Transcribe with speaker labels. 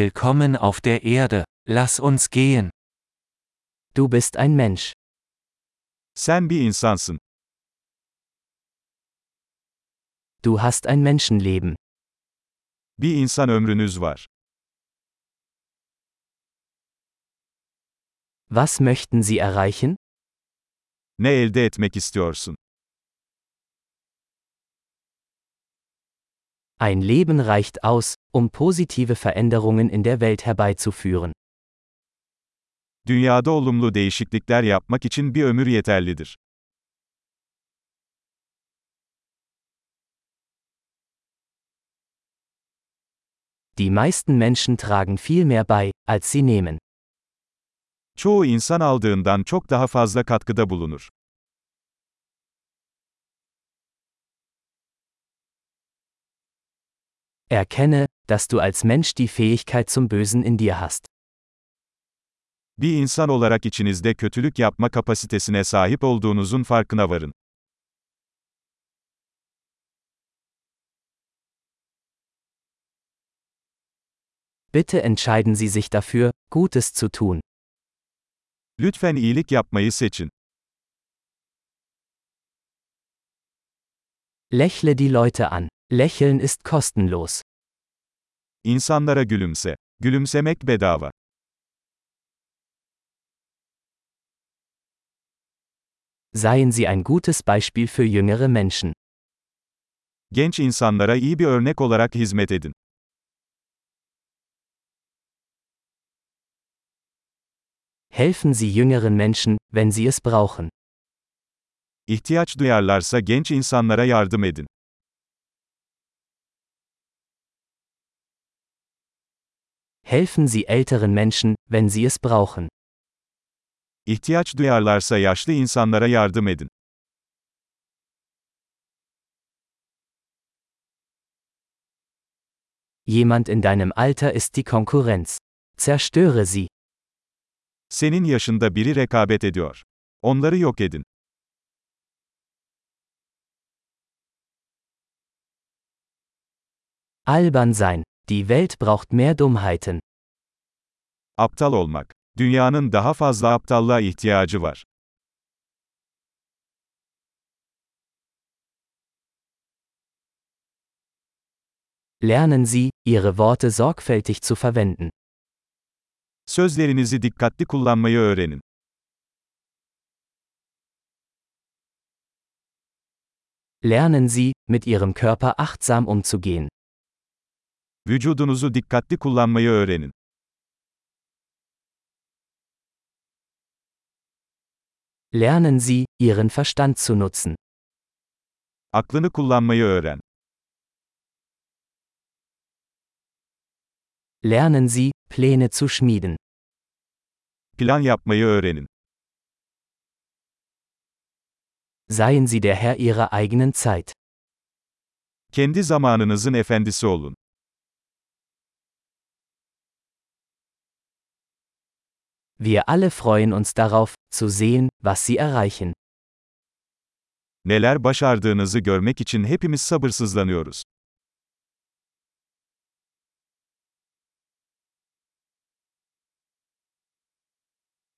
Speaker 1: Willkommen auf der Erde, lass uns gehen.
Speaker 2: Du bist ein Mensch.
Speaker 3: Sen bir insansın.
Speaker 2: Du hast ein Menschenleben.
Speaker 3: Bir insan ömrünüz var.
Speaker 2: Was möchten Sie erreichen?
Speaker 3: Ne elde etmek istiyorsun?
Speaker 2: Ein Leben reicht aus, um positive Veränderungen in der Welt herbeizuführen.
Speaker 3: Dünyada olumlu değişiklikler yapmak için bir ömür yeterlidir.
Speaker 2: Die meisten Menschen tragen viel mehr bei, als sie nehmen.
Speaker 3: Çoğu insan aldığından çok daha fazla katkıda bulunur.
Speaker 2: Erkenne, dass du als Mensch die Fähigkeit zum Bösen in dir hast.
Speaker 3: Bir insan olarak içinizde kötülük yapma kapasitesine sahip olduğunuzun farkına varın.
Speaker 2: Bitte entscheiden Sie sich dafür, Gutes zu tun.
Speaker 3: Lütfen iyilik yapmayı seçin.
Speaker 2: Lächle die Leute an. Lächeln ist kostenlos.
Speaker 3: İnsanlara gülümse. Gülümsemek bedava.
Speaker 2: Seien Sie ein gutes Beispiel für jüngere Menschen.
Speaker 3: Genç insanlara iyi bir örnek olarak hizmet edin.
Speaker 2: Helfen Sie jüngeren Menschen, wenn sie es brauchen.
Speaker 3: İhtiyaç duyarlarsa genç insanlara yardım edin.
Speaker 2: Helfen Sie älteren Menschen, wenn sie es brauchen.
Speaker 3: İhtiyaç duyarlarsa yaşlı insanlara yardım edin.
Speaker 2: Jemand in deinem Alter ist die Konkurrenz. Zerstöre sie.
Speaker 3: Senin yaşında biri rekabet ediyor. Onları yok edin.
Speaker 2: Albern sein. Die Welt braucht mehr Dummheiten.
Speaker 3: Aptal olmak. Dünyanın daha fazla aptallığa ihtiyacı var.
Speaker 2: Lernen Sie, Ihre Worte sorgfältig zu verwenden.
Speaker 3: Sözlerinizi dikkatli kullanmayı öğrenin.
Speaker 2: Lernen Sie, mit Ihrem Körper achtsam umzugehen.
Speaker 3: Vücudunuzu dikkatli kullanmayı öğrenin.
Speaker 2: Lernen Sie, Ihren Verstand zu nutzen.
Speaker 3: Aklını kullanmayı öğren.
Speaker 2: Lernen Sie, Pläne zu schmieden.
Speaker 3: Plan yapmayı öğrenin.
Speaker 2: Seien Sie der Herr Ihrer eigenen Zeit.
Speaker 3: Kendi zamanınızın efendisi olun.
Speaker 2: Wir alle freuen uns darauf, zu sehen, was Sie erreichen.
Speaker 3: Neler başardığınızı görmek için hepimiz sabırsızlanıyoruz.